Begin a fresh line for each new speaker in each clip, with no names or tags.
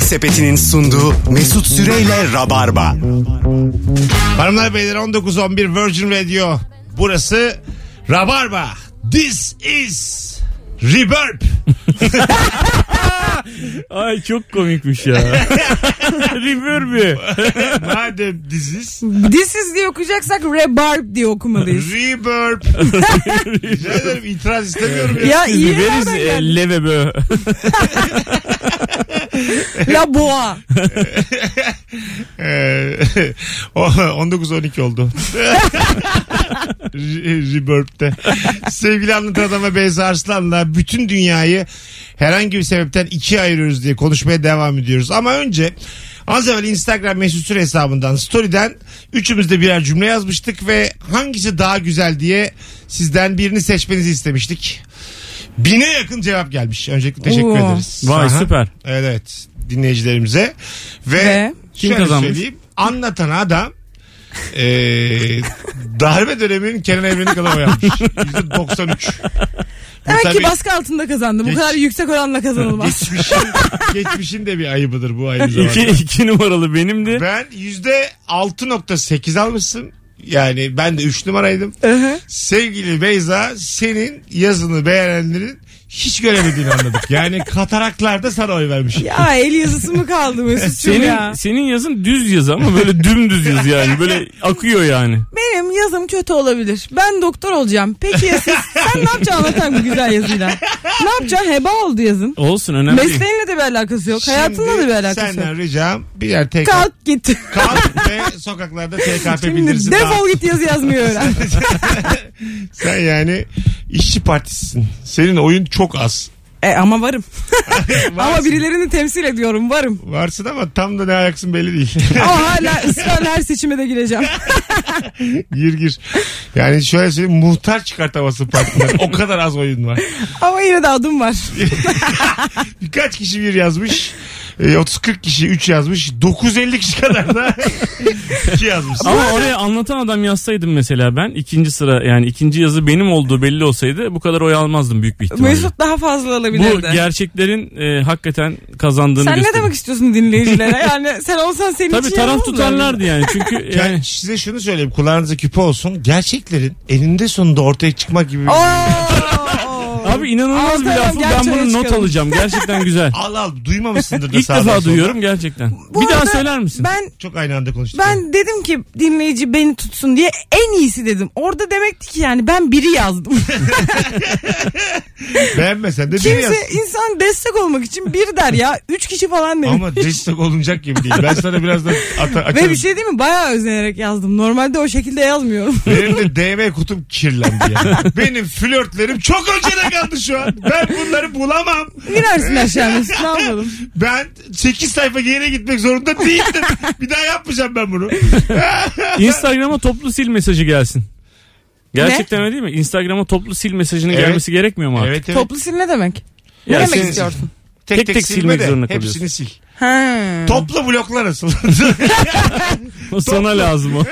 Sepeti'nin sunduğu Mesut Süreyle Rabarba.
Hanımlar beyler 19.11 Virgin Radio. Burası Rabarba. This is Reverb.
Ay çok komikmiş ya. Reverb'ü.
Madem this is
Disiz diye okuyacaksak rebarb diye okumalıyız.
Reverb. Rica ederim itiraz istemiyorum ya.
ya iyi
Veririz
yerden
e,
geldi.
levebö.
La boğa.
Ee, o- 19-12 oldu. Re- Reverb'te. Sevgili anlatan adama Beyza Arslan'la bütün dünyayı herhangi bir sebepten ikiye ayırıyoruz diye konuşmaya devam ediyoruz. Ama önce az evvel Instagram mesut süre hesabından story'den üçümüz de birer cümle yazmıştık ve hangisi daha güzel diye sizden birini seçmenizi istemiştik. Bine yakın cevap gelmiş. Öncelikle teşekkür
Oo.
ederiz.
Vay
Aha.
süper.
Evet, evet dinleyicilerimize ve,
Ve?
Kim
şöyle
kazanmış?
söyleyeyim anlatan adam e, darbe döneminin Kenan Evren'i kalama yapmış. %93. Bu
Demek
tabii
ki baskı altında kazandı. Bu
Geç-
kadar yüksek oranla kazanılmaz.
geçmişin, geçmişin de bir ayıbıdır bu aynı zamanda.
İki, iki numaralı benimdi.
Ben %6.8 almışsın. Yani ben de 3 numaraydım.
Hı hı.
Sevgili Beyza senin yazını beğenenlerin hiç göremediğini anladık. Yani kataraklarda sana oy vermiş.
ya el yazısı mı kaldı Mesut'cum
Senin
ya?
senin yazın düz yazı ama böyle dümdüz yazı yani. Böyle akıyor yani.
Benim yazım kötü olabilir. Ben doktor olacağım. Peki ya siz? Sen ne yapacaksın anlatan bu güzel yazıyla? Ne yapacaksın? Heba oldu yazın.
Olsun önemli değil.
Mesleğinle de bir alakası yok. Hayatınla da
Şimdi
bir alakası yok.
Senden ricam birer TKP. Kalk.
Kalk git.
ve sokaklarda TKP
Şimdi
bildirisi dağıt.
defol git yazı yazmıyor öğren.
Sen yani işçi partisisin. Senin oyun çok az.
e ama varım. ama
Varsın.
birilerini temsil ediyorum varım.
Varsın ama tam da ne ayaksın belli değil.
Ama hala ısrarla her seçime de gireceğim.
gir gir. Yani şöyle söyleyeyim muhtar çıkartamazsın partiden. o kadar az oyun var.
Ama yine de adım var.
Birkaç kişi bir yazmış. E, 30-40 kişi 3 yazmış. 950 kişi kadar da 2 yazmış.
Ama oraya anlatan adam yazsaydım mesela ben ikinci sıra yani ikinci yazı benim olduğu belli olsaydı bu kadar oy almazdım büyük bir ihtimalle.
Mesut daha fazla
bu
alabilirdi.
gerçeklerin e, hakikaten kazandığını
sen ne
gösteriyor.
demek istiyorsun dinleyicilere? Yani sen olsan senin
Tabii
için
taraf
yapmaz mı?
tutanlardı yani çünkü
Yani
yani
size şunu söyleyeyim kulağınıza küpe olsun. Gerçeklerin eninde sonunda ortaya çıkmak gibi bir
Oo,
Abi inanılmaz bir
Ağzına
lafı
gel
ben
çaya
bunu not
çıkalım.
alacağım gerçekten güzel.
Al al duymamışsındır da
İlk
sağdan
defa
soldan.
duyuyorum gerçekten.
Bu
bir daha
arada
söyler misin?
Ben
Çok aynı anda konuştuk.
ben dedim ki dinleyici beni tutsun diye en iyisi dedim. Orada demekti ki yani ben biri yazdım.
Beğenmesen de bir yaz.
Kimse insan destek olmak için bir der ya. Üç kişi falan dedim.
Ama destek olunacak gibi değil. Ben sana birazdan ata,
Ve
açarım.
bir şey değil mi? Bayağı özenerek yazdım. Normalde o şekilde yazmıyorum.
Benim de DM kutum kirlendi yani. Benim flörtlerim çok öncede kaldı şu an. Ben bunları bulamam.
İnersin aşağı Mesut. Ne yapalım?
Ben 8 sayfa geri gitmek zorunda değildim. Bir daha yapmayacağım ben bunu.
Instagram'a toplu sil mesajı gelsin. Gerçekten öyle değil mi? Instagram'a toplu sil mesajının
Evet.
gelmesi gerekmiyor mu artık?
Evet evet.
Toplu sil ne demek? Ne
Ya
demek
sen-
istiyorsun?
tek tek silmek
de
zorunda
Hepsini
kalıyorsun.
sil.
Ha.
Toplu bloklar asıl.
O sana lazım o.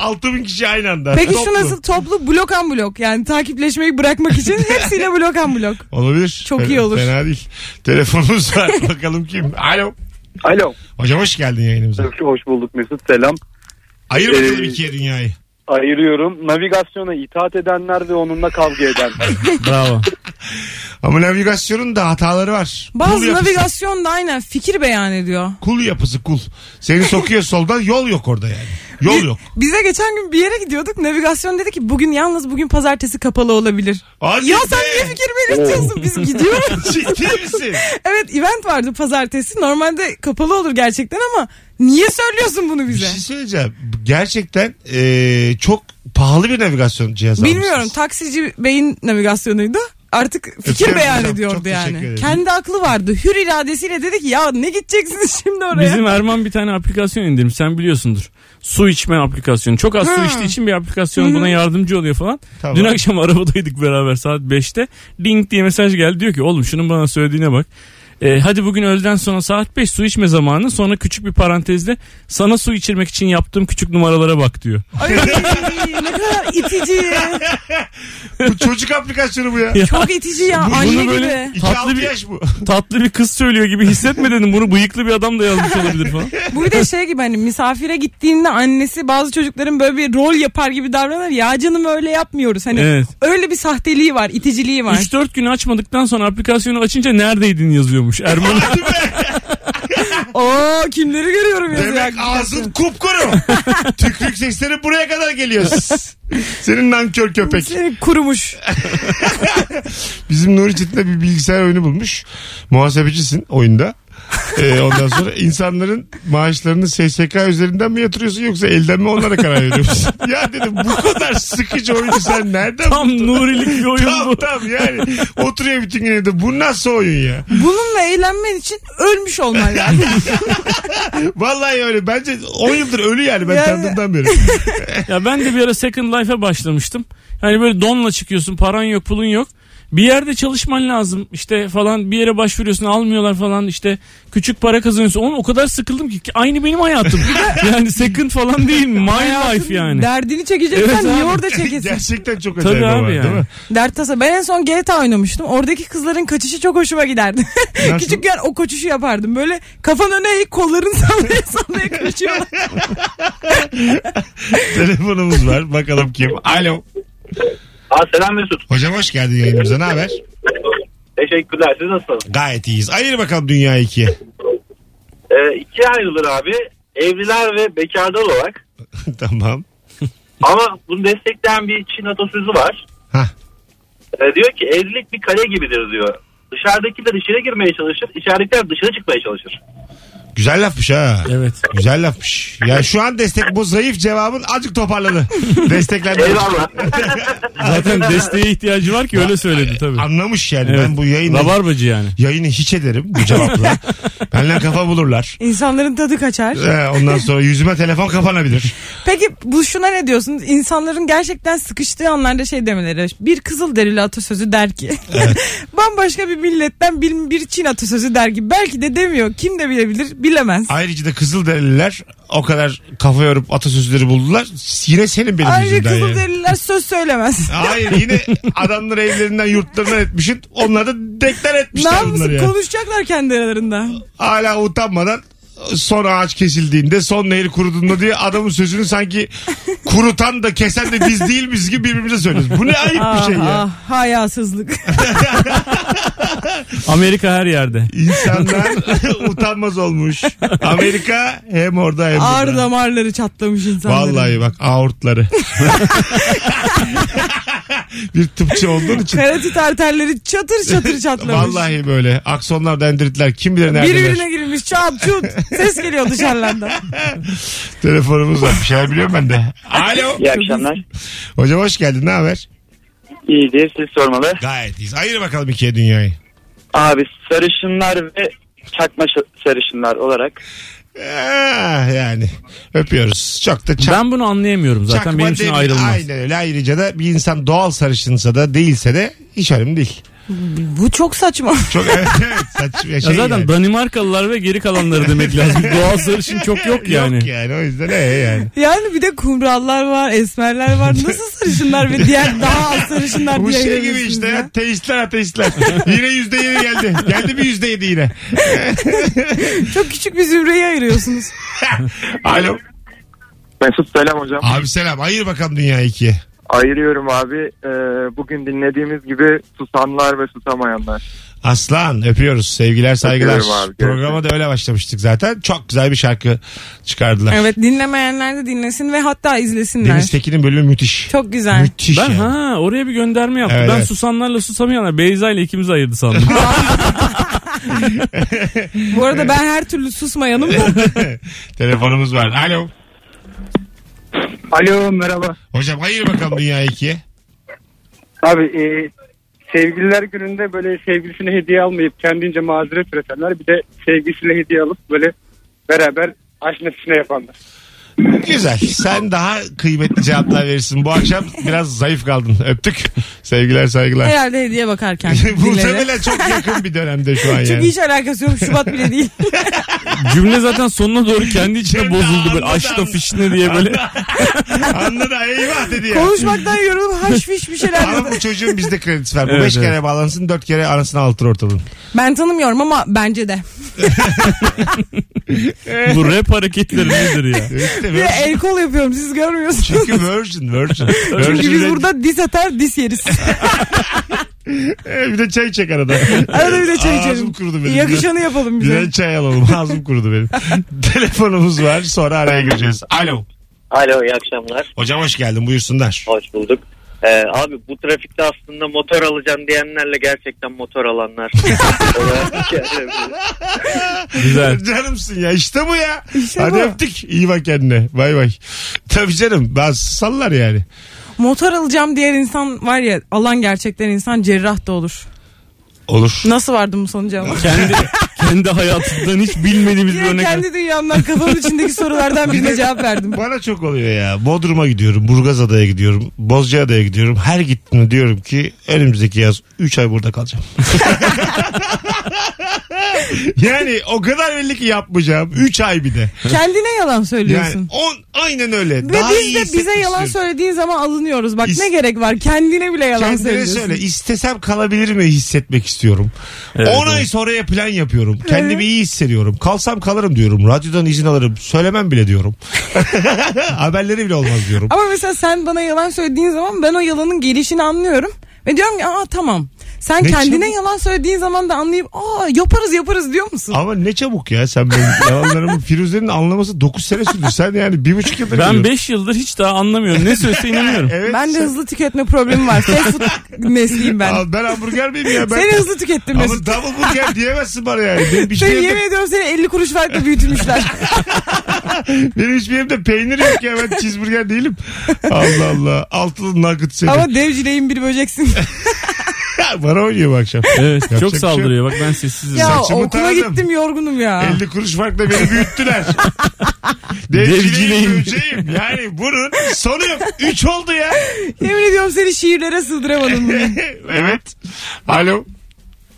6000 kişi aynı anda.
Peki
Toplu.
şu nasıl toplu blok an blok yani takipleşmeyi bırakmak için hepsiyle blok an blok.
Olabilir.
Çok
Fena-
iyi olur.
Fena değil. Telefonumuz var. Bakalım kim? Alo.
Alo.
Hocam hoş geldin yayınımıza.
Hoş bulduk Mesut. Selam.
Ayır bakalım
Ee,
ikiye dünyayı.
Ayırıyorum. Navigasyona itaat edenler ve onunla kavga edenler.
Bravo.
Ama navigasyonun da hataları var. Kul
Bazı
yapısı,
navigasyon da aynen fikir beyan ediyor.
kul yapısı kul. Seni sokuyor soldan yol yok orada yani. Yol yok.
Bize geçen gün bir yere gidiyorduk. Navigasyon dedi ki bugün yalnız bugün pazartesi kapalı olabilir.
Hadi
Ya
be.
sen niye fikir belirtiyorsun? Biz gidiyoruz.
Ciddi misin?
evet event vardı pazartesi. Normalde kapalı olur gerçekten ama niye söylüyorsun bunu
Bir
bize?
şey söyleyeceğim. Gerçekten e, çok pahalı bir navigasyon cihazı
Bilmiyorum.
almışsınız.
Taksici beyin navigasyonuydu. Artık fikir
Öpüyorum
beyan
hocam.
ediyordu
Çok teşekkür
yani.
ederim.
Kendi aklı vardı. Hür iradesiyle dedi ki ya ne gideceksiniz şimdi oraya?
Bizim Erman bir tane aplikasyon indirmiş sen biliyorsundur. Su içme aplikasyonu. Çok az su
Ha.
içtiği için bir aplikasyon buna yardımcı oluyor falan.
Tamam.
Dün akşam arabadaydık beraber saat 5'te. Ding diye mesaj geldi diyor ki oğlum şunun bana söylediğine bak. Ee, hadi bugün öğleden sonra saat 5 su içme zamanı sonra küçük bir parantezde sana su içirmek için yaptığım küçük numaralara bak diyor.
Ay, ne kadar kadar itici.
Bu çocuk aplikasyonu bu ya.
Çok itici ya.
Bu- bunu
Anne
böyle-
gibi.
2-6
Tatlı bir-
yaş bu.
Tatlı bir kız söylüyor gibi hissetme dedim. Bunu bıyıklı bir adam da yazmış olabilir falan.
Bu bir de şey gibi hani misafire gittiğinde annesi bazı çocukların böyle bir rol yapar gibi davranır. Ya canım öyle yapmıyoruz. Hani
Evet.
öyle bir sahteliği var, iticiliği var.
3-4 gün açmadıktan sonra aplikasyonu açınca neredeydin yazıyormuş. Erman
Hadi be.
Oo kimleri görüyorum yazıyor.
Demek
hakikaten.
ağzın kupkuru. Tükürük sesleri buraya kadar geliyor. Senin nankör köpek.
Seni kurumuş.
Bizim Nuri Çetin'de bir bilgisayar oyunu bulmuş. Muhasebecisin oyunda. Ee, ondan sonra insanların maaşlarını SSK üzerinden mi yatırıyorsun yoksa elden mi onlara karar veriyorsun? ya dedim bu kadar sıkıcı oyunu sen nereden
tam
buldun?
nurilik bir oyun
Tam
bu.
tam yani oturuyor bütün gün evde. Bu nasıl oyun ya?
Bununla eğlenmen için ölmüş olman lazım.
Vallahi öyle. Bence 10 yıldır ölü yani ben
Yani-
tanıdığımdan beri.
Ya ben de bir ara Second Life'a başlamıştım. Hani böyle donla çıkıyorsun paran yok pulun yok. Bir yerde çalışman lazım işte falan bir yere başvuruyorsun almıyorlar falan işte küçük para kazanıyorsun. Onun o kadar sıkıldım ki ki aynı benim hayatım. yani second falan değil my life yani.
Derdini çekeceksen
Evet
niye
abi.
orada çekesin?
Gerçekten çok
Tabii
acayip
abi
ama, değil
yani.
mi?
Dert tasa. Ben en son GTA oynamıştım. Oradaki kızların kaçışı çok hoşuma giderdi.
Nasıl?
Küçükken o kaçışı yapardım. Böyle kafanı öne eğip kollarını sallaya sallaya kaçıyorlar.
Telefonumuz var. Bakalım kim? Alo.
Aa, selam Mesut.
Hocam hoş geldin yayınımıza. Ne haber?
Teşekkürler. Siz nasılsınız?
Gayet iyiyiz. Ayır bakalım dünya ikiye.
Ee, ikiye ayrılır abi. Evliler ve bekarlar olarak.
tamam.
Ama bunu destekleyen bir Çin atasözü var.
Hah.
Ee, diyor ki evlilik bir kale gibidir diyor. Dışarıdakiler içeri girmeye çalışır. içeridekiler dışarı çıkmaya çalışır.
Güzel lafmış ha.
Evet.
Güzel lafmış. Ya şu an destek bu zayıf cevabın azıcık toparladı. Desteklendi.
Eyvallah.
Zaten desteğe ihtiyacı var ki öyle söyledi tabii.
Anlamış yani
Evet.
ben bu yayını
Rabarbacı yani.
yayını hiç ederim bu cevapla. Benle kafa bulurlar.
İnsanların tadı kaçar.
Ee, ondan sonra yüzüme telefon kapanabilir.
Peki bu şuna ne diyorsunuz? İnsanların gerçekten sıkıştığı anlarda şey demeleri. Bir kızıl derili atasözü der ki. Bambaşka bir milletten bir, bir Çin atasözü der ki. Belki de demiyor. Kim de bilebilir bilemez.
Ayrıca da Kızılderililer o kadar kafa yorup atasözleri buldular. Yine senin benim
Ayrıca
yüzünden
kızıl
yani.
söz söylemez.
Hayır yine adamları evlerinden yurtlarından etmişsin. Onlar da deklar
Ne
etmişler bunları
yapmışsın?
yani.
Konuşacaklar kendi aralarında.
hala utanmadan son ağaç kesildiğinde son nehir kuruduğunda diye adamın sözünü sanki kurutan da kesen de biz değil miyiz gibi birbirimize söylüyoruz. Bu ne ayıp bir şey ya.
ah, hayasızlık.
Amerika her yerde.
İnsanlar utanmaz olmuş. Amerika hem orada hem
Ağır
burada.
damarları çatlamış insanların.
Vallahi bak aortları. bir tıpçı olduğun için.
Karatit arterleri çatır çatır çatlamış.
Vallahi böyle. Aksonlar dendritler kim bilir neredeler.
Birbirine girmiş çap çut. Ses geliyor dışarıdan.
Telefonumuz var. Bir şeyler biliyorum ben de. Alo.
İyi akşamlar.
Hocam hoş geldin. Ne haber?
İyidir. Siz sormalı.
Gayet iyiyiz. Ayır bakalım ikiye dünyayı.
Abi sarışınlar ve çakma şa- sarışınlar olarak.
Eh, yani öpüyoruz. Çok da çak,
Ben bunu anlayamıyorum zaten
çakma
benim için
demir-
ayrılmaz.
Aynen öyle. Ayrıca da bir insan doğal sarışınsa da değilse de hiç önemli değil.
Bu çok saçma.
Çok evet, evet saçma şey
Ya zaten
yani.
Danimarkalılar ve geri kalanları demek lazım. Doğal sarışın çok yok yani.
Yok yani o yüzden ee yani.
Yani bir de kumrallar var, esmerler var. Nasıl sarışınlar ve diğer daha az sarışınlar
Bu
diye
şey gibi
ayırıyorsunuz
işte
ya?
ya. teistler ateistler. yine yüzde yedi geldi. Geldi bir yüzde yedi yine.
Çok küçük bir zümreyi ayırıyorsunuz.
Alo.
Mesut selam hocam.
Abi selam. Ayır bakalım dünya ikiye.
Ayırıyorum abi. Ee, bugün dinlediğimiz gibi susanlar ve susamayanlar.
Aslan öpüyoruz. Sevgiler saygılar.
Öpüyorum abi, görüşürüz.
Programa da öyle başlamıştık zaten. Çok güzel bir şarkı çıkardılar.
Evet dinlemeyenler de dinlesin ve hatta izlesinler.
Deniz Tekin'in bölümü müthiş.
Çok güzel.
Müthiş
Ben
yani.
ha oraya bir gönderme yaptım.
Evet,
ben
evet.
susanlarla susamayanlar Beyza ile ikimizi ayırdı sandım.
Bu arada ben her türlü susmayanım da.
Telefonumuz var. Alo.
Alo merhaba.
Hocam hayır bakalım dünya ikiye.
Abi e, sevgililer gününde böyle sevgilisine hediye almayıp kendince mazeret üretenler bir de sevgilisine hediye alıp böyle beraber aşk nefsine yapanlar.
Güzel. Sen daha kıymetli cevaplar verirsin. Bu akşam biraz zayıf kaldın. Öptük. Sevgiler saygılar.
Herhalde hediye bakarken
Bu
dinledi.
Muhtemelen çok yakın bir dönemde şu an
Çünkü
yani.
hiç alakası yok. Şubat bile değil.
Cümle zaten sonuna doğru kendi içine
Cemre
bozuldu
anladı,
böyle. Aşta
anladı.
fişne diye böyle.
Anladı eyvah dedi ya.
Konuşmaktan yorulup haşfiş bir şeyler
Ama bu çocuğun bizde kredisi var. Bu
Evet,
beş
evet.
kere bağlansın dört kere anasını altır ortalığın.
Ben tanımıyorum ama bence de.
Bu rap hareketleri nedir ya?
İşte
Bir de
Virgin.
el kol yapıyorum siz görmüyorsunuz.
Çünkü Virgin, Virgin.
Çünkü biz
Virgin'den-
burada diz atar diz yeriz.
Ee, bir de çay çek arada.
Arada bir de çay
Ağzım
içelim.
kurudu benim.
Yakışanı yapalım
Bir
bize.
de çay alalım. Ağzım kurudu benim. Telefonumuz var. Sonra araya gireceğiz. Alo.
Alo iyi akşamlar.
Hocam hoş geldin. Buyursunlar.
Hoş bulduk. Ee, abi bu trafikte aslında motor alacağım diyenlerle gerçekten motor alanlar.
Güzel.
Canımsın ya. İşte bu ya.
İşte
Hadi
bu.
öptük. İyi bak kendine. Bay bay. Tabii canım. Bazı sallar yani.
Motor alacağım diğer insan var ya alan gerçekten insan cerrah da olur.
Olur.
Nasıl vardım bu sonuca ama?
Kendi kendi hayatından hiç bilmediğimiz bir
Yine
örnek.
kendi dünyamdan kafamın içindeki sorulardan birine cevap verdim.
Bana çok oluyor ya. Bodrum'a gidiyorum. Burgazada'ya gidiyorum. Bozcaada'ya gidiyorum. Her gittiğimde diyorum ki önümüzdeki yaz 3 ay burada kalacağım. yani o kadar belli ki yapmayacağım. 3 ay bir de.
Kendine yalan söylüyorsun.
Yani on, aynen öyle.
Ve
Daha iyi
biz de bize
hissetmek
yalan
istiyorum.
söylediğin zaman alınıyoruz. Bak
İst-
ne gerek var kendine bile yalan
Kendine
söylüyorsun.
söyle. İstesem kalabilir mi hissetmek istiyorum. 10
Evet,
ay
evet.
sonraya plan yapıyorum. Kendimi iyi hissediyorum. Kalsam kalırım diyorum. Radyodan izin alırım. Söylemem bile diyorum. Haberleri bile olmaz diyorum.
Ama mesela sen bana yalan söylediğin zaman ben o yalanın gelişini anlıyorum. Ve diyorum ki aa tamam. Sen
Ne
kendine
çabuk.
yalan söylediğin zaman da anlayıp aa yaparız yaparız diyor musun?
Ama ne çabuk ya sen benim yalanlarımı Firuze'nin anlaması 9 sene sürdü. Sen yani bir buçuk yılda
Ben
biliyorsun.
5 yıldır hiç daha anlamıyorum. Ne söylese inanıyorum.
Evet,
ben de
sen-
hızlı tüketme problemi var. Fast food nesliyim ben.
Al, ben hamburger miyim ya? Ben...
Seni hızlı tükettim
Ama şey
Mesut.
double burger diyemezsin bana yani. Benim hiçbir,
Seni yemin
yerimde,
ediyorum seni 50 kuruş farkla büyütmüşler.
benim hiçbir yerimde peynir yok ya. Ben cheeseburger değilim. Allah Allah. Altılı nugget seni.
Ama devcileyin bir böceksin.
Bana oynuyor bu akşam.
Evet
Yapacak bir
çok
şey
saldırıyor. Bak ben sessizim.
ya
Saçımı
okula
taradım.
gittim yorgunum ya.
50 kuruş farkla beni büyüttüler. Devcileyim
Devcileyim.
böceğim. Yani bunun sonu yok. 3 oldu ya.
Yemin ediyorum seni şiirlere sığdıramadım. bugün.
evet. Alo.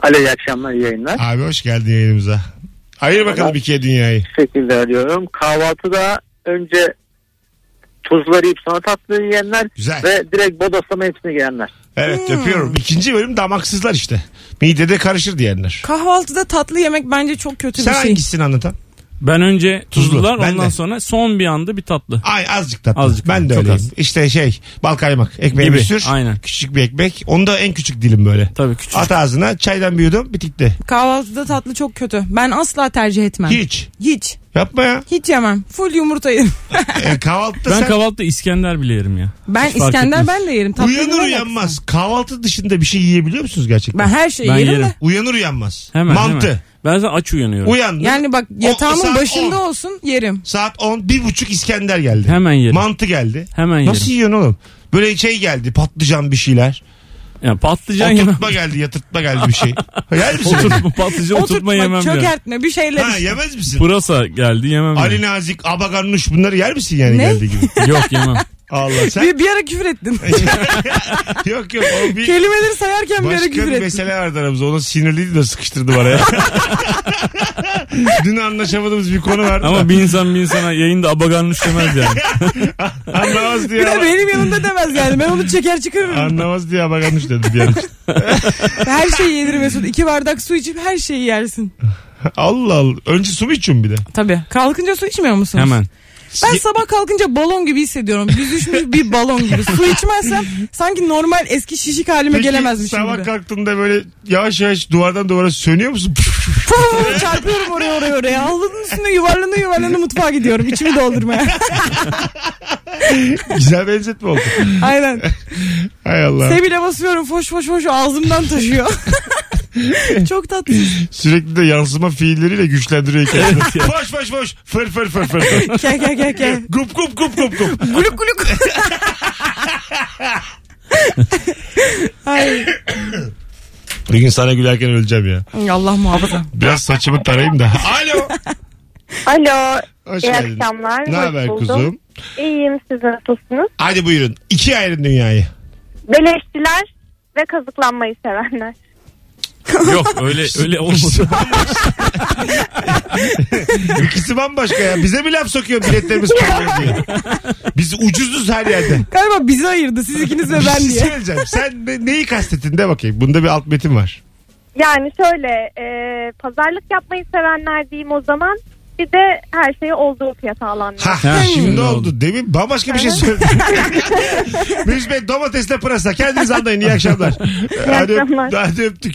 Alo iyi akşamlar iyi yayınlar.
Abi hoş geldin yayınımıza. Hayır bakalım ikiye dünyayı.
Şu şekilde arıyorum. Kahvaltıda önce tuzları yiyip sonra tatlı yiyenler
Güzel.
ve direkt bodoslama hepsini yiyenler.
Hmm.
Evet öpüyorum. İkinci bölüm damaksızlar işte. Midede karışır diyenler.
Kahvaltıda tatlı yemek bence çok kötü
Sen
bir şey.
hangisini anlatan?
Ben önce
Tuzlu.
tuzlular
Ben
ondan
de.
sonra son bir anda bir tatlı.
Ay azıcık tatlı.
Azıcık
ben
tatlı,
de
çok
öyleyim.
az.
İşte şey bal kaymak. Ekmeği
Gibi,
bir sür.
aynen.
Küçük bir ekmek. Onu da en küçük dilim böyle.
Tabii küçük.
At ağzına çaydan bir yudum bitikti.
Kahvaltıda tatlı çok kötü. Ben asla tercih etmem.
Hiç.
Hiç.
Yapma ya.
Hiç yemem. Full yumurta yerim.
E, kahvaltıda
Ben
sen
kahvaltıda İskender bile yerim ya.
Ben
fark
İskender
etmez.
ben de yerim. Tatlı
uyanır
yemem.
uyanmaz. Kahvaltı dışında bir şey yiyebiliyor musunuz gerçekten?
Ben her şeyi
Ben
yerim,
yerim.
de.
Uyanır uyanmaz.
Hemen
Mantı.
hemen. Ben zaten aç uyanıyorum.
Uyandın.
Yani bak
O-
yatağımın
saat
başında
on.
olsun yerim.
Saat 10. Bir buçuk İskender geldi.
Hemen yerim.
Mantı geldi.
Hemen yerim.
Nasıl yiyorsun oğlum? Böyle şey geldi patlıcan bir şeyler.
Yani patlıcan yemem.
Oturtma geldi yatırtma geldi bir şey. Yer misin?
Oturtma, patlıcan oturtma yemem ya.
çökertme bir şeyler.
Ha,
işte.
yemez misin?
Pırasa geldi yemem.
Ali
yani.
Nazik, Abagarnuş bunları yer misin yani
Ne?
geldiği gibi?
Yok yemem.
Allah sen.
bir, bir ara küfür ettin.
yok yok o bir
Kelimeleri sayarken bir ara
başka
küfür
bir
ettin.
mesele vardı aramızda. Ona sinirliydi de sıkıştırdı bana ya. Dün anlaşamadığımız bir konu vardı.
Ama bir insan bir insana yayında abaganmış demez yani.
Anlamaz diye.
Bir de
ama-
benim yanımda demez yani. Ben onu çeker çıkarırım.
Anlamaz diye abagarnuş dedim yani.
her şeyi yedirim Mesut. İki bardak su içip her şeyi yersin.
Allah Allah. Önce su mu içiyorsun bir de?
Tabii. Kalkınca su içmiyor musunuz?
Hemen.
Ben sabah kalkınca balon gibi hissediyorum. Büzüşmüş bir balon gibi. Su içmezsem sanki normal eski şişik halime gelemezmişim
sabah
gibi.
kalktığında böyle yavaş yavaş duvardan duvara sönüyor musun?
Puh, çarpıyorum oraya oraya oraya. Halının üstüne yuvarlanı yuvarlanı mutfağa gidiyorum. İçimi doldurmaya.
Güzel benzetme oldu.
Aynen.
Hay Allah.
Sebile basıyorum foş foş foş ağzımdan taşıyor. Çok tatlı.
Sürekli de yansıma fiilleriyle güçlendiriyor kendini. boş boş boş. Fır fır fır fır. fır.
Gel gel gel gel.
gup gup gup gup gup.
Guluk guluk. Ay.
Bir gün sana gülerken öleceğim ya.
Allah muhafaza.
Biraz saçımı tarayayım da. Alo.
Alo.
Hoş
iyi
geldin.
akşamlar.
Ne
hoş
haber
buldum.
kuzum?
İyiyim siz nasılsınız?
Hadi buyurun. İki ayrı dünyayı.
Beleşçiler ve kazıklanmayı sevenler.
Yok öyle öyle olmadı.
İkisi bambaşka ya. Bize mi laf sokuyor biletlerimiz pahalı diye. Biz ucuzuz her yerde.
Galiba bizi ayırdı siz ikiniz ve
Bir
ben
şey
diye.
söyleyeceğim. Sen ne- neyi kastettin de bakayım. Bunda bir alt metin var.
Yani şöyle e, pazarlık yapmayı sevenler diyeyim o zaman. Bir de her şeyi olduğu fiyata alanlar.
Ha,
Ha,
şimdi
şimdi
oldu.
oldu.
Demin bambaşka bir şey söyledin. Müjde Bey domatesle pırasa. Kendiniz anlayın. İyi akşamlar. hadi, öp-
akşamlar.
hadi öptük.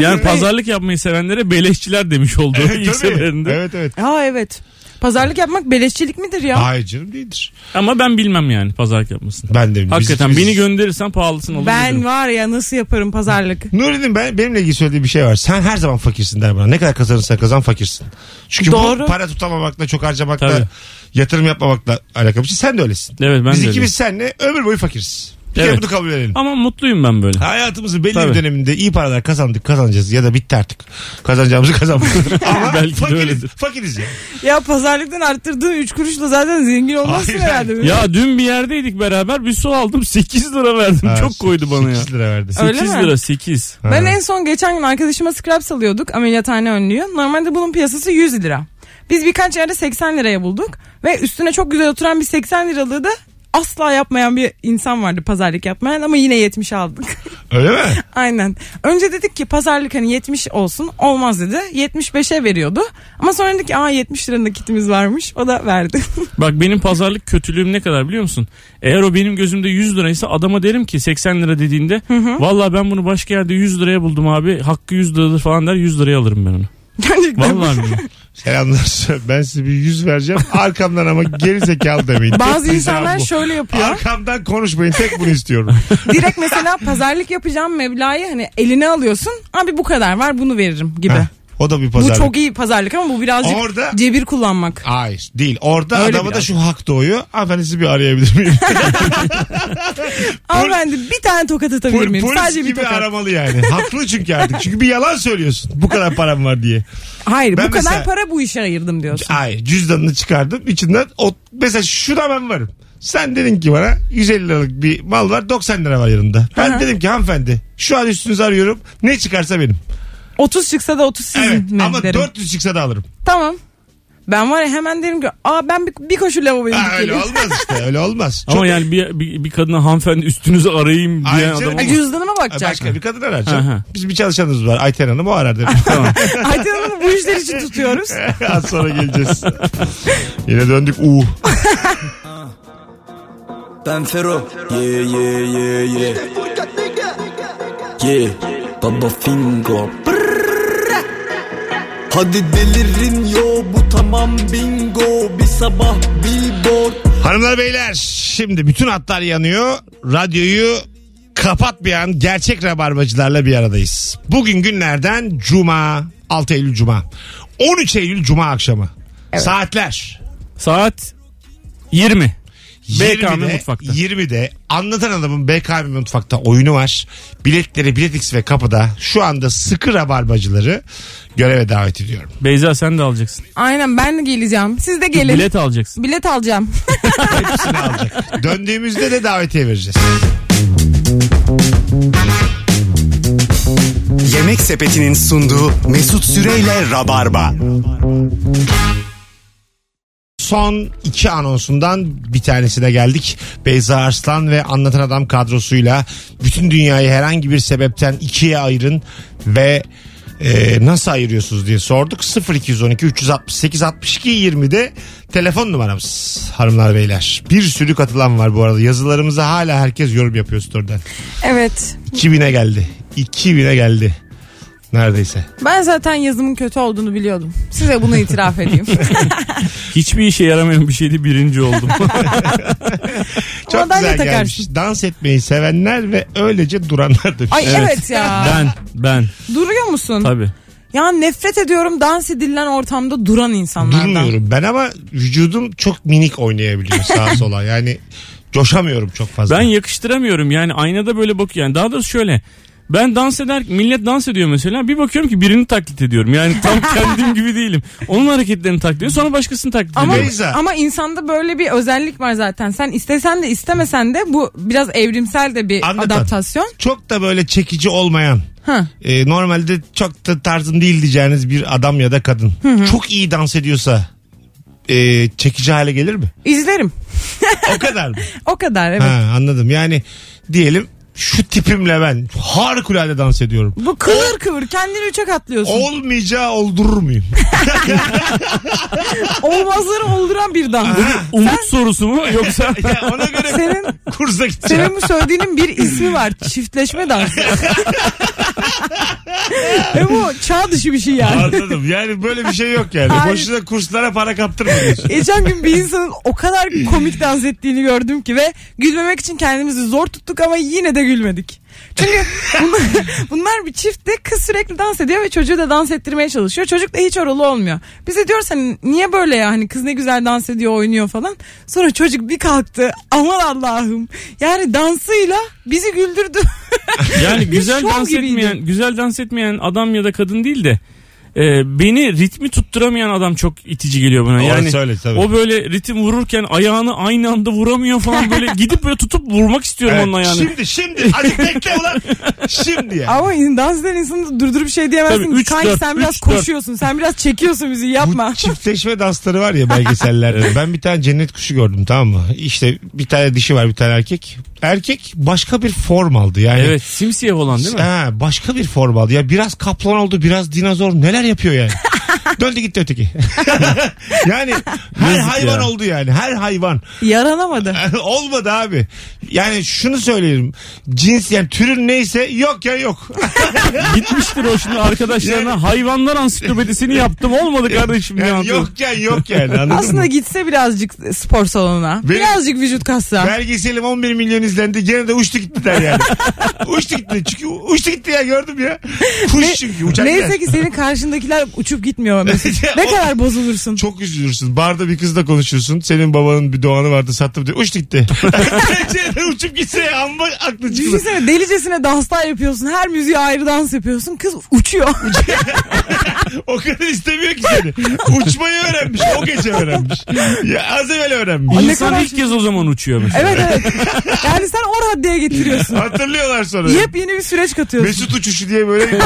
Yani pazarlık yapmayı sevenlere beleşçiler demiş oldu ilk
Tabii.
seferinde.
Evet evet.
Ha evet. Pazarlık yapmak beleşçilik midir ya?
Hayır canım değildir.
Ama ben bilmem yani pazarlık yapmasını.
Ben de
Hakikaten
biz-
beni gönderirsen pahalısın olur.
ben var ya nasıl yaparım pazarlık.
Nuri'nin ben, benimle ilgili söylediği bir şey var. Sen her zaman fakirsin der bana. Ne kadar kazanırsan kazan fakirsin. Çünkü bu
Doğru.
para tutamamakla, çok harcamakla,
Tabii.
yatırım yapmamakla alakalı bir şey. Sen de öylesin.
Evet ben
Biz
de
ikimiz senle ömür boyu fakiriz. Bir
Evet.
kere bunu kabul edelim.
öyleyim. Ama mutluyum ben böyle.
Hayatımızın belli bir
Tabii.
döneminde iyi paralar kazandık kazanacağız ya da bitti artık. Kazanacağımızı kazanmadık. Ama
Belki de
fakiriz,
öyledir.
fakiriz ya.
Ya pazarlıktan arttırdığın 3 kuruşla zaten zengin olmazsın
Hayır,
herhalde.
Ya dün bir yerdeydik beraber bir su aldım 8 lira verdim.
Ha,
Çok koydu bana ya.
8 lira verdi.
Öyle
8
mi?
lira 8.
Ben
Ha.
en son geçen gün arkadaşıma scrubs alıyorduk. Ameliyathane önlüyor. Normalde bunun piyasası 100 lira. Biz birkaç yerde 80 liraya bulduk. Ve üstüne çok güzel oturan bir 80 liralığı da asla yapmayan bir insan vardı pazarlık yapmayan ama yine 70 aldık.
Öyle mi?
Aynen. Önce dedik ki pazarlık hani 70 olsun olmaz dedi. 75'e veriyordu. Ama sonra dedik ki aa 70 liranın nakitimiz varmış. O da verdi.
Bak benim pazarlık kötülüğüm ne kadar biliyor musun? Eğer o benim gözümde 100 liraysa adama derim ki 80 lira dediğinde valla ben bunu başka yerde 100 liraya buldum abi hakkı 100 liradır falan der 100 liraya alırım ben onu.
Gerçekten.
Vallahi billahi.
Selamlar. Ben size bir yüz vereceğim. Arkamdan ama geri zekalı demeyin.
Bazı
Tek
insanlar
ricam bu.
şöyle yapıyor.
Arkamdan konuşmayın. Tek bunu istiyorum.
Direkt mesela pazarlık yapacağım meblağı hani eline alıyorsun. Abi bu kadar var bunu veririm gibi.
Ha, o da bir
Bu
pazarlık.
çok iyi pazarlık ama bu birazcık
Orada-
cebir kullanmak.
Hayır değil. Orada
Öyle
adama da
biraz.
şu hak doğuyor. Hanımefendi sizi bir arayabilir miyim?
Ama ben de bir tane tokat atabilir
Pol-
miyim?
Polis
Sadece bir
gibi
tokat.
aramalı yani. Haklı çünkü artık. Çünkü bir yalan söylüyorsun. Bu kadar param var diye.
Hayır
Ben
bu kadar
mesela-
para bu işe ayırdım diyorsun.
Hayır cüzdanını çıkardım. İçinden o, mesela şuna ben varım. Sen dedin ki bana 150 liralık bir mal var 90 lira var yanımda. Ben dedim ki hanımefendi şu an üstünüzü arıyorum. Ne çıkarsa benim.
30 çıksa da 30 sizin
Evet
mi
ama
derim.
400 çıksa da alırım.
Tamam. Ben var ya hemen derim ki aa ben bir, bir koşu lavaboya
Ha,
gidip
öyle
geleyim.
olmaz işte öyle olmaz. Çok
Ama yani bir, bir, bir kadına hanımefendi üstünüzü arayayım
Ay,
diyen
canım.
adam
Ay,
olmaz.
Cüzdanıma bakacak.
Başka bir kadın arayacağım.
Aha.
Biz bir çalışanımız var. Ayten Hanım o arar dedim.
Ayten Hanım'ı bu işler için tutuyoruz.
Az sonra geleceğiz. Yine döndük u.
Ben Fero. Yeah, yeah, yeah, yeah. Yeah, Baba Fingo. Brrrr. Hadi delirin yo bu tamam bingo bir sabah billboard
Hanımlar beyler şimdi bütün hatlar yanıyor. Radyoyu kapatmayan gerçek rabarbacılarla bir aradayız. Bugün günlerden Cuma 6 Eylül Cuma 13 Eylül Cuma akşamı saatler
Saat 20. BKM
20'de,
mutfakta.
20'de anlatan adamın BKM mutfakta oyunu var. Biletleri Biletix ve kapıda şu anda sıkı rabarbacıları göreve davet ediyorum.
Beyza sen de alacaksın.
Aynen ben de geleceğim. Siz de gelin. Bilet,
Bilet alacaksın.
alacağım.
Hepsini alacak. Döndüğümüzde de davetiye vereceğiz.
Yemek Sepeti'nin sunduğu Mesut Süreyle Rabarba.
Son iki anonsundan bir tanesine geldik. Beyza Arslan ve Anlatan Adam kadrosuyla bütün dünyayı herhangi bir sebepten ikiye ayırın ve e, nasıl ayırıyorsunuz diye sorduk. 0212 368 62 20'de telefon numaramız hanımlar beyler. Bir sürü katılan var bu arada. Yazılarımıza hala herkes yorum yapıyor story'den.
evet.
2000'e geldi. 2000'e geldi. Neredeyse.
Ben zaten yazımın kötü olduğunu biliyordum. Size bunu itiraf edeyim.
Hiçbir işe yaramayan bir şeydi birinci oldum.
Çok
Madalya
güzel gelmiş.
takarsın.
Dans etmeyi sevenler ve öylece duranlar da. şey.
Ay evet, ya.
ben ben
Duruyor musun?
tabii.
Ya nefret ediyorum dans edilen ortamda duran insanlardan.
Durmuyorum ben ama vücudum çok minik oynayabiliyor sağa sola. Yani coşamıyorum çok fazla.
Ben yakıştıramıyorum yani aynada böyle bakıyor. Yani daha doğrusu şöyle Ben dans eder millet dans ediyor mesela. Bir bakıyorum ki birini taklit ediyorum. Yani tam kendim gibi değilim. Onun hareketlerini taklit ediyorum. Sonra başkasını taklit
Ama,
ediyorum.
Beyza.
ama insanda böyle bir özellik var zaten. Sen istesen de istemesen de bu biraz evrimsel de bir
Anlatan.
adaptasyon.
Çok da böyle çekici olmayan
Ha.
e, normalde çok da tarzın değil diyeceğiniz bir adam ya da kadın çok iyi dans ediyorsa e, çekici hale gelir mi?
İzlerim.
O kadar mı?
O kadar evet.
ha, anladım. Yani diyelim şu tipimle ben harikulade dans ediyorum.
Bu kıvır kıvır kendini üçe katlıyorsun.
Olmayacağı oldurur muyum?
Olmazları olduran bir dam.
Umut sorusu mu yoksa
ya ona göre
Senin
kursa gideceğim.
senin bu söylediğinin bir ismi var. Çiftleşme dansı. Ve bu çağ dışı bir şey yani.
Anladım. Yani böyle bir şey yok yani.
Hayır.
Boşuna kurslara para kaptırmıyorsun.
Geçen gün bir insanın o kadar komik dans ettiğini gördüm ki ve gülmemek için kendimizi zor tuttuk ama yine de gülmedik. Çünkü bunlar, bunlar bir çiftte kız sürekli dans ediyor ve çocuğu da dans ettirmeye çalışıyor. Çocuk da hiç oralı olmuyor. Biz de diyoruz hani niye böyle ya hani kız ne güzel dans ediyor oynuyor falan. Sonra çocuk bir kalktı aman Allah'ım yani dansıyla bizi güldürdü.
yani
Bir
güzel
şov
dans
gibiydi.
etmeyen güzel dans etmeyen adam ya da kadın değil de e, beni ritmi tutturamayan adam çok itici geliyor bana.
Doğru
Yani
söyle tabii.
o böyle ritim vururken ayağını aynı anda vuramıyor falan böyle gidip böyle tutup vurmak istiyorum
Evet.
onun ayağını.
Şimdi şimdi. Hadi bekle ulan. Şimdi ya.
Ama in- dans eden insanı da durdurup şey diyemezsin.
Tabii, üç,
Kanki
dört,
sen biraz
üç, dört.
koşuyorsun sen biraz çekiyorsun bizi yapma.
Bu çiftleşme dansları var ya belgesellerde. ben bir tane cennet kuşu gördüm tamam mı? İşte bir tane dişi var bir tane erkek. Erkek başka bir form aldı yani.
Evet simsiyah olan değil mi?
Ha, başka bir form aldı. Ya biraz kaplan oldu biraz dinozor neler yapıyor yani. Döndü gitti öteki. yani her
Yazık
hayvan
ya.
oldu yani. Her hayvan.
Yaranamadı.
Olmadı abi. Yani şunu söyleyelim. Cins yani türün neyse yok ya yok.
Gitmiştir o şimdi arkadaşlarına hayvanlar ansiklopedisini yaptım olmadı kardeşim ne
Yani
anlatıyorsun?
yok ya yok yani anladın
Aslında
mı?
gitse birazcık spor salonuna.
Benim-
birazcık vücut kassa.
Belgeselim 11 milyon izlendi. Gene de uçtu gittiler yani. uçtu gitti. Çünkü uçtu gitti ya gördüm ya. Kuş çünkü şey- uçak
Neyse
yer.
ki senin karşındakiler uçup gitmiyor Mesut.
Ya
ne
o-
kadar bozulursun.
Çok üzülürsün. Barda bir kızla konuşuyorsun. Senin babanın bir doğanı vardı sattım diye. Uçtu gitti. Gene Uçup gitse ya amma aklı çıkıyor.
Düşünsene delicesine danslar yapıyorsun. Her müziğe ayrı dans yapıyorsun. Kız uçuyor.
O kadar istemiyor ki seni. Uçmayı öğrenmiş. O gece öğrenmiş. Ya az evvel öğrenmiş.
Ne
İnsan
kadar
ilk kez o zaman uçuyor mesela.
evet evet. Yani sen o raddeye getiriyorsun.
Hatırlıyorlar sonra.
Yepyeni bir süreç katıyorsun.
Mesut uçuşu diye böyle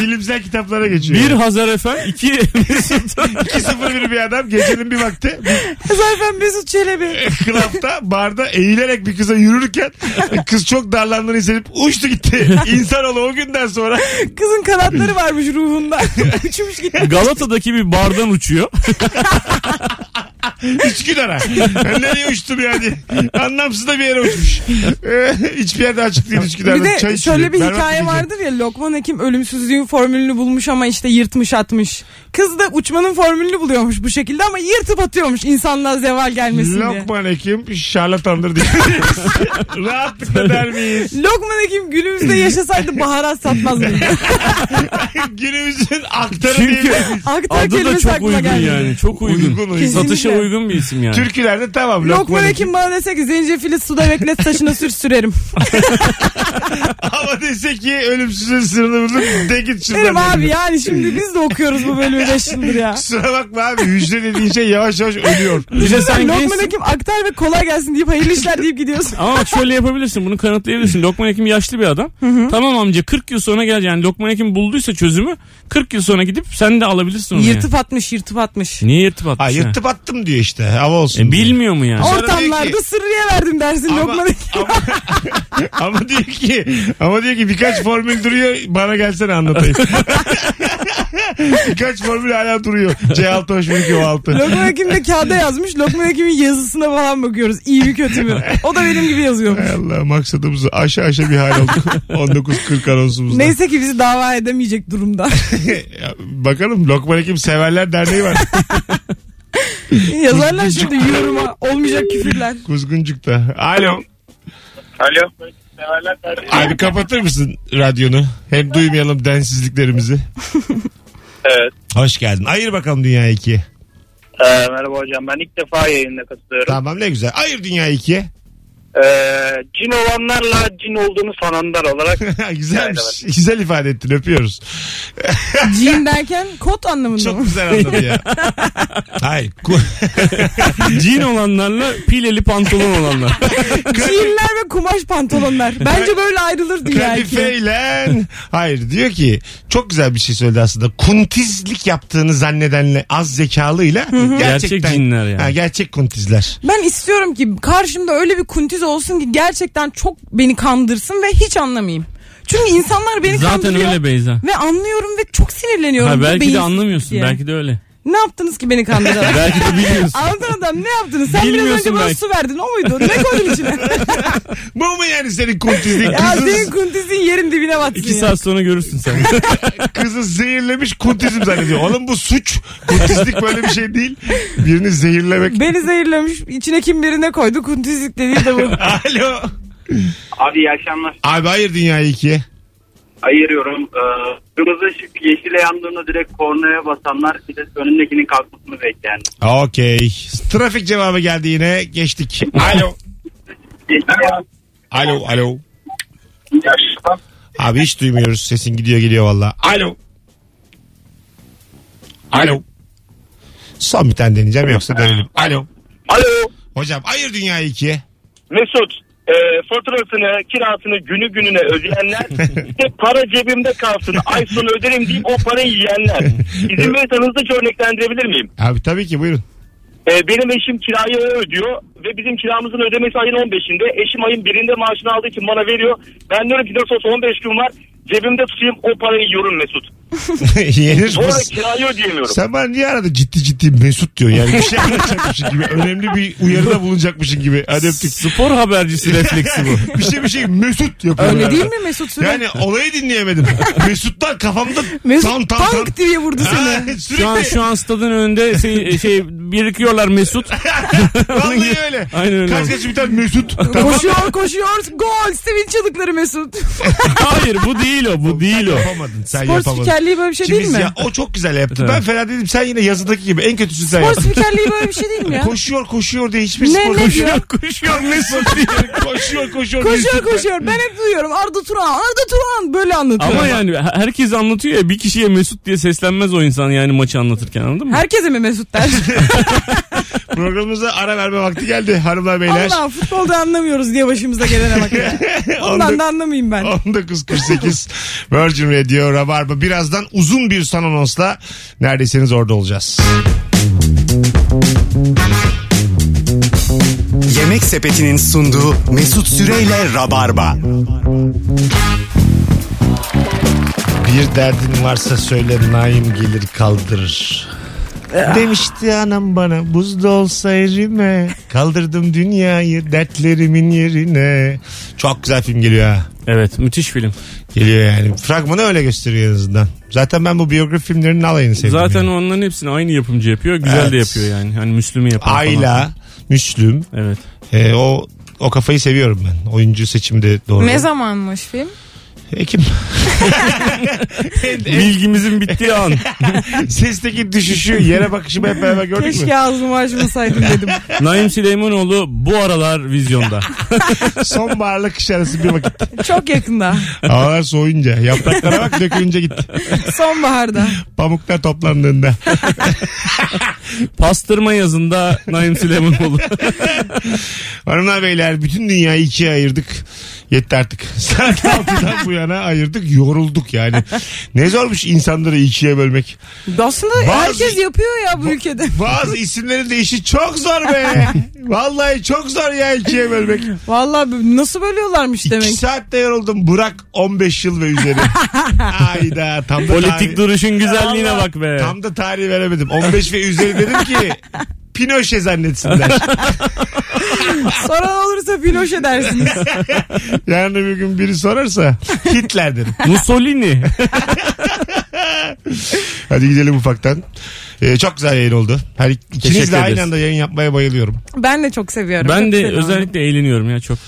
bilimsel kitaplara geçiyor.
Bir Hazar Efen, iki Mesut.
2-0-1 bir adam gecenin bir vakti bir
Zaten Mesut
E-
Çelebi.
klapta barda eğilerek bir kıza yürürken kız çok darlandığını hissedip uçtu gitti. İnsanoğlu o günden sonra
Kızın kanatları varmış ruhunda. Uçmuş gitti.
Galata'daki bir bardan uçuyor.
Üsküdar'a. Ben nereye uçtum yani? Anlamsız da bir yere uçmuş. Ee, Hiçbir yerde açık değil Üsküdar'da.
Bir de
Çay içiyor.
şöyle bir
Berbat
hikaye
gece.
vardır ya Lokman Hekim ölümsüzlüğün formülünü bulmuş ama işte yırtmış atmış. Kız da uçmanın formülünü buluyormuş bu şekilde ama yırtıp atıyormuş insanlığa zeval gelmesin diye.
Lokman Hekim şarlatandır diye. Rahatlıkla der miyiz?
Lokman Hekim günümüzde yaşasaydı baharat satmaz mıydı?
Günümüzün aktarı
Çünkü-
Çünkü...
Aktar
Adı da
kelimesi
çok
aklıma
uygun
geldi.
yani. Çok uygun.
Uygun, uygun.
Satışa
Kesinlikle.
uygun bir isim yani.
Türkülerde tamam.
Lokman Hekim bana dese ki zencefili suda beklet saçına sür sürerim.
Ama dese ki ölümsüzün sırrını bulduk. De git şuradan.
Derim abi
derim.
yani şimdi biz de okuyoruz bu bölümü 5 yıldır ya.
Kusura bakma abi hücre dediğin şey yavaş yavaş ölüyor.
Bir de sen
Lokman
gençsin.
Hekim aktar ve kolay gelsin deyip hayırlı işler deyip gidiyorsun.
Ama bak şöyle yapabilirsin bunu kanıtlayabilirsin. Lokman Hekim yaşlı bir adam. Tamam amca 40 yıl sonra gelecek. Yani Lokman Hekim bulduysa çözümü 40 yıl sonra gidip sen de alabilirsin onu.
Yırtıp atmış yırtıp atmış.
yani. Niye yırtıp atmış?
Ha yırtıp attım diyor işte. Hava olsun.
yani? Şey. E,
diyor.
bilmiyor mu yani?
Sonra diyor
Ortamlarda
ki-
sırrıya verdim dersin Lokman Hekim.
ama, ama diyor ki ama diyor ki birkaç formül duruyor bana gelsene anlatayım. birkaç formül hala duruyor. C6 hoş bulduk O6.
Lokman Hekim de kağıda yazmış. Lokman Hekim'in yazısına falan bakıyoruz. İyi mi kötü mü? O da benim gibi yazıyor.
Hay Allah maksadımızı aşağı aşağı bir hal olduk. 19.40 anonsumuzda.
Neyse ki bizi dava edemeyecek durumda.
Ya, Bakalım Lokman Hekim Severler Derneği var.
Yazarlar şimdi yoruma olmayacak küfürler.
Kuzguncuk'ta. Alo.
Alo.
Abi kapatır mısın radyonu? Hem duymayalım densizliklerimizi.
Evet.
Hoş geldin. Ayır bakalım Dünya ikiye.
Ee, merhaba hocam ben ilk defa yayınına katılıyorum.
Tamam ne güzel. Ayır Dünya ikiye.
Ee, cin olanlarla cin olduğunu sananlar olarak.
Güzelmiş. Güzel ifade ettin. Öpüyoruz.
Cin derken kot anlamında
Çok
mı?
güzel anladı ya. Hayır.
Cin olanlarla pileli pantolon olanlar.
Cinler ve kumaş pantolonlar. Bence böyle ayrılır dünya
Kadife
erkeği.
ile- Hayır diyor ki çok güzel bir şey söyledi aslında. Kuntizlik yaptığını zannedenle az zekalıyla
hı.
gerçekten.
Gerçek cinler yani.
Ha, gerçek kuntizler.
Ben istiyorum ki karşımda öyle bir kuntiz olsun ki gerçekten çok beni kandırsın ve hiç anlamayayım. Çünkü insanlar beni
Zaten
kandırıyor.
öyle Beyza.
Ve anlıyorum ve çok sinirleniyorum.
Ha,
Bu
belki
beyin-
de anlamıyorsun.
diye.
Belki de öyle.
Ne yaptınız ki beni kandırarak?
Belki de biliyorsun.
Aldın adam ne yaptınız? Sen biraz
Bilmiyorsun
önce bana
belki.
su verdin o muydu? Ne koydun içine?
Bu mu yani senin kuntizlik?
ya senin
Kızı,
kuntizin yerin dibine batsın
İki
ya.
saat sonra görürsün sen.
kızı zehirlemiş kuntizm zannediyor. Oğlum bu suç. Kuntizlik böyle bir şey değil. Birini zehirlemek.
Beni zehirlemiş. içine kim birine koydu. Kuntizlik dediği de bu.
Alo.
Abi iyi akşamlar.
Abi hayır dünyayı ikiye.
Ayırıyorum. Ee, kırmızı ışık yeşile yandığında direkt kornaya basanlar bir de önündekinin kalkmasını bekleyen.
Okey. Trafik cevabı geldi yine. Geçtik. Alo. Alo. Alo. Abi hiç duymuyoruz. Sesin gidiyor geliyor valla. Alo. Alo. Son bir tane deneyeceğim yoksa dönelim. Alo.
Alo.
Hocam ayır dünyayı ikiye.
Mesut e, faturasını, kirasını günü gününe ödeyenler işte para cebimde kalsın ay sonu öderim deyip o parayı yiyenler. İzin verirseniz hızlıca örneklendirebilir miyim?
Abi tabii ki buyurun.
E, benim eşim kirayı ödüyor ve bizim kiramızın ödemesi ayın 15'inde. Eşim ayın 1'inde maaşını aldığı için bana veriyor. Ben diyorum ki nasıl olsa 15 gün var cebimde tutayım o parayı yiyorum Mesut.
Yenir
Sonra
misin?
kirayı ödeyemiyorum.
Sen bana niye arada ciddi ciddi Mesut diyor yani bir şey anlatacakmışsın gibi önemli bir uyarıda bulunacakmışsın gibi hadi öptük.
Spor habercisi refleksi bu.
bir şey bir şey Mesut yapıyor.
Öyle
arada.
değil mi Mesut Süre?
Yani olayı dinleyemedim. Mesut'tan kafamda
Mesut
tam tam tam.
tank diye vurdu
Ha,
seni.
sürekli
Şu an şu an stadın önünde şey, şey birikiyorlar Mesut.
vallahi öyle.
Aynen öyle.
Kaç kaç biter Mesut.
koşuyor koşuyor. Gol sevinç çığlıkları Mesut.
Hayır bu değil o bu değil o.
Yapamadın sen
Spor
yapamadın.
spikerliği böyle bir şey değil
İkimiz
mi?
Ya, o çok güzel yaptı.
Evet.
Ben fena dedim sen yine yazıdaki gibi en kötüsü sen
Spor
yaptın.
spikerliği böyle bir şey değil mi ya?
Koşuyor koşuyor diye hiçbir
Ne,
spor
ne
koşuyor.
diyor?
Koşuyor Mesut diye. Koşuyor koşuyor.
Koşuyor
Mesut.
koşuyor. Ben hep duyuyorum. Arda Turan. Arda Turan böyle anlatıyor.
Ama yani her- herkes anlatıyor ya bir kişiye Mesut diye seslenmez o insan yani maçı anlatırken anladın mı?
Herkese mi Mesut der?
Programımıza ara verme vakti geldi hanımlar beyler.
Allah futbolda anlamıyoruz diye başımıza gelene bak ya. Ondan da anlamayayım ben.
19.48 Virgin Radio Rabarba. Birazdan uzun bir son anonsla neredeyseniz orada olacağız.
Yemek Sepeti'nin sunduğu Mesut Süreyle Rabarba.
Bir derdin varsa söyle naim gelir kaldırır.
Ah.
Demişti anam bana buzda olsa erime Kaldırdım dünyayı dertlerimin yerine Çok güzel film geliyor ha
Evet müthiş film.
Geliyor yani fragmanı öyle gösteriyor en azından Zaten ben bu biyografi filmlerinin alayını sevdim
Zaten
yani.
onların hepsini aynı yapımcı yapıyor güzel de
Evet.
yapıyor yani hani Müslüm'ü yapar falan.
Ayla, Müslüm
Evet.
e, o o kafayı seviyorum ben. Oyuncu seçimi de doğru.
Ne zamanmış film?
Ekim.
Bilgimizin bittiği an.
Sesteki düşüşü, yere bakışımı hep beraber gördük mü?
Keşke ağzımı açmasaydım dedim.
Naim Süleymanoğlu bu aralar vizyonda.
Sonbaharla kış arası bir vakit.
Çok yakında.
Havalar soğuyunca, yapraklara bak dökülünce gitti.
Sonbaharda.
Pamuklar toplandığında.
Pastırma yazında Naim Süleymanoğlu.
Hanımlar beyler bütün dünyayı ikiye ayırdık. Yetti artık. Saat 6'dan bu yana ayırdık. Yorulduk yani. Ne zormuş insanları ikiye bölmek.
Aslında
Bazı-
herkes yapıyor ya bu ülkede.
Bazı isimlerin de işi çok zor be. Vallahi çok zor ya ikiye bölmek.
Vallahi nasıl bölüyorlarmış
İki
demek.
saatte yoruldum. Burak 15 yıl ve üzeri. Hayda. Tam da tarih-
Politik duruşun güzelliğine bak be.
Tam da tarih veremedim. 15 ve üzeri dedim ki Pinoşe zannetsinler.
Soran olursa Pinochet dersiniz.
Yarın bir gün biri sorarsa Hitler derim.
Mussolini.
Hadi gidelim ufaktan. Ee, çok güzel yayın oldu. Her ik- ikiniz
Teşekkür
de aynı
ederiz.
anda yayın yapmaya bayılıyorum.
Ben de çok seviyorum.
ben
Çok
de
seviyorum.
özellikle eğleniyorum ya çok.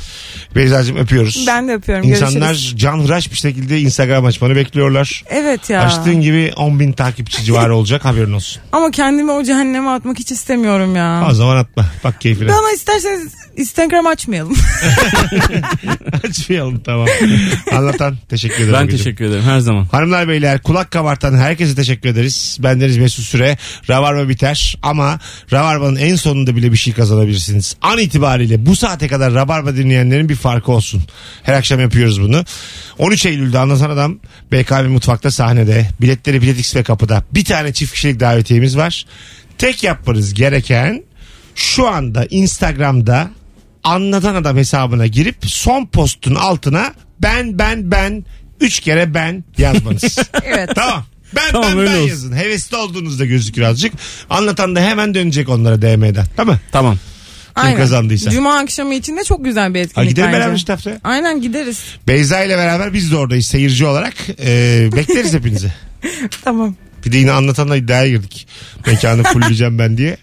Beyza'cığım öpüyoruz.
Ben de öpüyorum.
İnsanlar
Görüşürüz.
canhıraş bir şekilde Instagram açmanı bekliyorlar.
Evet ya.
Açtığın gibi 10 bin takipçi civarı olacak haberin olsun.
Ama kendimi o cehenneme atmak hiç istemiyorum ya.
O zaman atma. Bak keyfine.
Bana isterseniz Instagram açmayalım.
Açmayalım tamam. Anlatan teşekkür ederim.
Ben
Bugüncüm.
teşekkür ederim her zaman.
Hanımlar beyler kulak kabartan herkese teşekkür ederiz. Bendeniz Mesut Süre. Ravarba biter ama Rabarba'nın en sonunda bile bir şey kazanabilirsiniz. An itibariyle bu saate kadar Rabarba dinleyenlerin bir farkı olsun. Her akşam yapıyoruz bunu. 13 Eylül'de Anlatan Adam BKM Mutfak'ta sahnede. Biletleri Biletix ve kapıda. Bir tane çift kişilik davetiyemiz var. Tek yapmanız gereken şu anda Instagram'da anlatan adam hesabına girip son postun altına ben ben ben üç kere ben yazmanız.
evet.
tamam. Ben
Tamam,
ben
öyle
ben
olsun.
yazın. Hevesli olduğunuzda gözükür azıcık. Anlatan da hemen dönecek onlara DM'den. Tamam.
Tamam.
Aynen.
kazandıysa.
Cuma akşamı için de çok güzel bir
Ha,
etkinlik
gidelim
bence.
beraber işte haftaya.
Aynen gideriz.
Beyza ile beraber biz de oradayız seyirci olarak. Ee, bekleriz hepinizi.
Tamam.
Bir de yine anlatanla iddiaya girdik. Mekanı fulleyeceğim ben diye.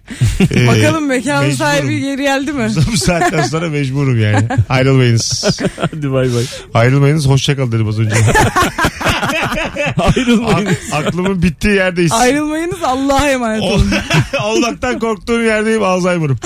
Ee,
Bakalım mekanın
mecburum.
sahibi geri geldi mi?
Bu saatten sonra mecburum yani. Ayrılmayınız.
Hadi bay bay.
Ayrılmayınız. Hoşçakal dedim az önce.
Ayrılmayın.
A- aklımın bittiği yerdeyiz.
Ayrılmayınız Allah'a emanet olun.
Allah'tan korktuğum yerdeyim Alzheimer'ım.